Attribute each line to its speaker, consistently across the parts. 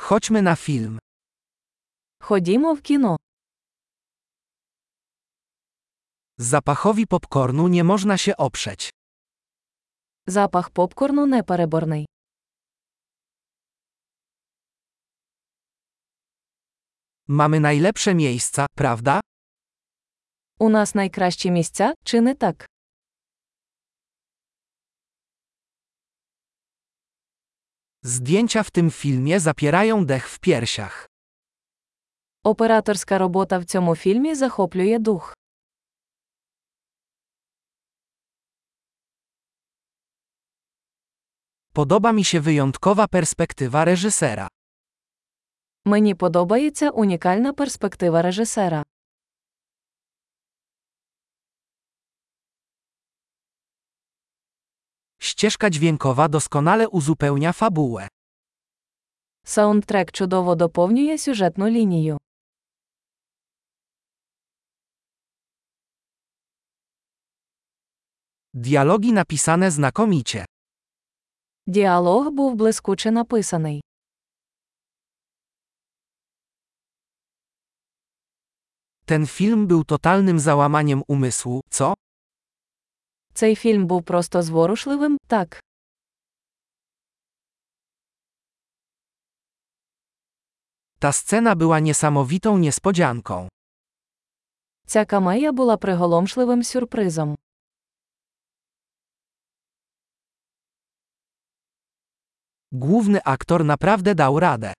Speaker 1: Chodźmy na film.
Speaker 2: Ходімо в кіно.
Speaker 1: Zapachowi popcornu nie można się oprzeć.
Speaker 2: Запах попкорну непереборний.
Speaker 1: Mamy najlepsze miejsca, prawda?
Speaker 2: У нас найкращі місця, чи не так?
Speaker 1: Zdjęcia w tym filmie zapierają dech w piersiach.
Speaker 2: Операторська робота в цьому фільмі захоплює дух.
Speaker 1: Podoba mi się wyjątkowa perspektywa reżysera.
Speaker 2: Мені подобається унікальна перспектива режисера.
Speaker 1: Ścieżka dźwiękowa doskonale uzupełnia fabułę.
Speaker 2: Саундтрек чудово доповнює сюжетну лінію.
Speaker 1: Dialogi napisane znakomicie.
Speaker 2: Діалог був блискуче написаний.
Speaker 1: Ten film był totalnym załamaniem umysłu, co?
Speaker 2: Цей фільм був просто зворушливим, так.
Speaker 1: Ta scena była niesamowitą niespodzianką.
Speaker 2: Ця камея була приголомшливим сюрпризом.
Speaker 1: Główny aktor naprawdę dał radę.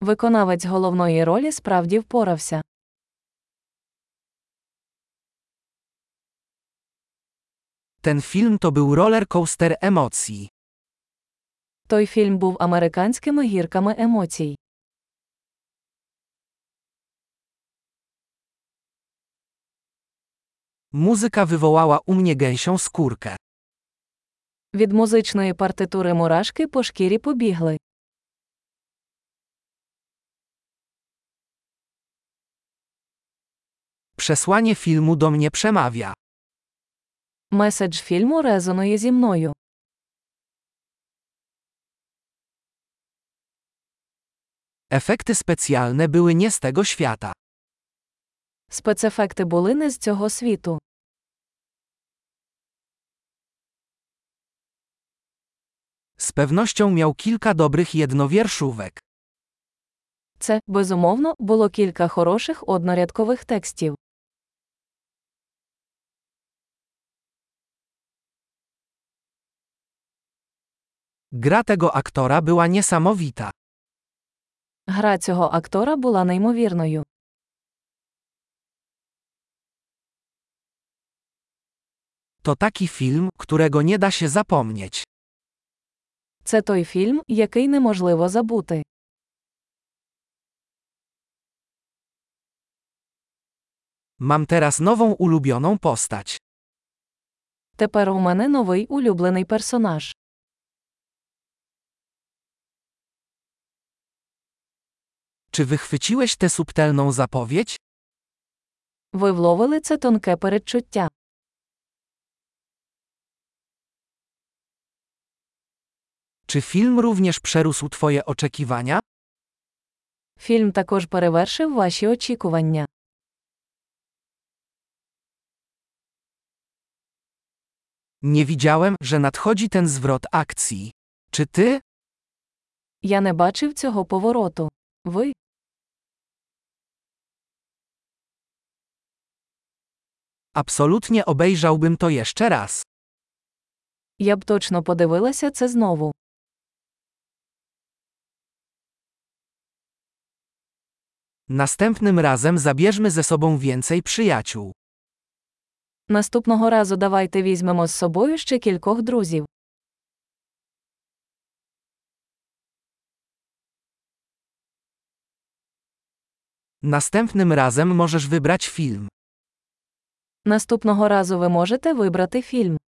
Speaker 2: Виконавець головної ролі справді впорався.
Speaker 1: Ten film to był roller coaster emocji.
Speaker 2: Той фільм був американськими гірками емоцій.
Speaker 1: Muzyka wywołała u mnie gęsią skórkę.
Speaker 2: Від музичної партитури мурашки по шкірі побігли.
Speaker 1: Przesłanie filmu do mnie przemawia.
Speaker 2: Меседж фільму резонує зі мною.
Speaker 1: Efekty specjalne były nie z tego świata.
Speaker 2: Спецефекти були не з цього світу.
Speaker 1: Z pewnością miał kilka dobrych jednowierszówek.
Speaker 2: Це, безумовно, було кілька хороших однорядкових текстів.
Speaker 1: Gra tego aktora była niesamowita.
Speaker 2: Гра цього актора була неймовірною.
Speaker 1: To taki film, którego nie da się zapomnieć.
Speaker 2: Це той фільм, який неможливо забути.
Speaker 1: Mam teraz nową ulubioną postać.
Speaker 2: Тепер у мене новий улюблений персонаж.
Speaker 1: Czy wychwyciłeś tę subtelną zapowiedź?
Speaker 2: Ви вловили це тонке передчуття.
Speaker 1: Czy film również przerósł Twoje oczekiwania?
Speaker 2: Фільм також перевершив ваші очікування.
Speaker 1: Nie widziałem, że nadchodzi ten zwrot akcji. Czy ty?
Speaker 2: Я не бачив цього повороту. Ви
Speaker 1: Absolutnie obejrzałbym to jeszcze raz.
Speaker 2: я б точно подивилася це знову.
Speaker 1: Następnym razem zabierzmy ze sobą więcej przyjaciół.
Speaker 2: Наступного разу давайте візьмемо з собою ще кількох друзів.
Speaker 1: Następnym razem możesz wybrać film.
Speaker 2: Наступного разу ви можете вибрати фільм.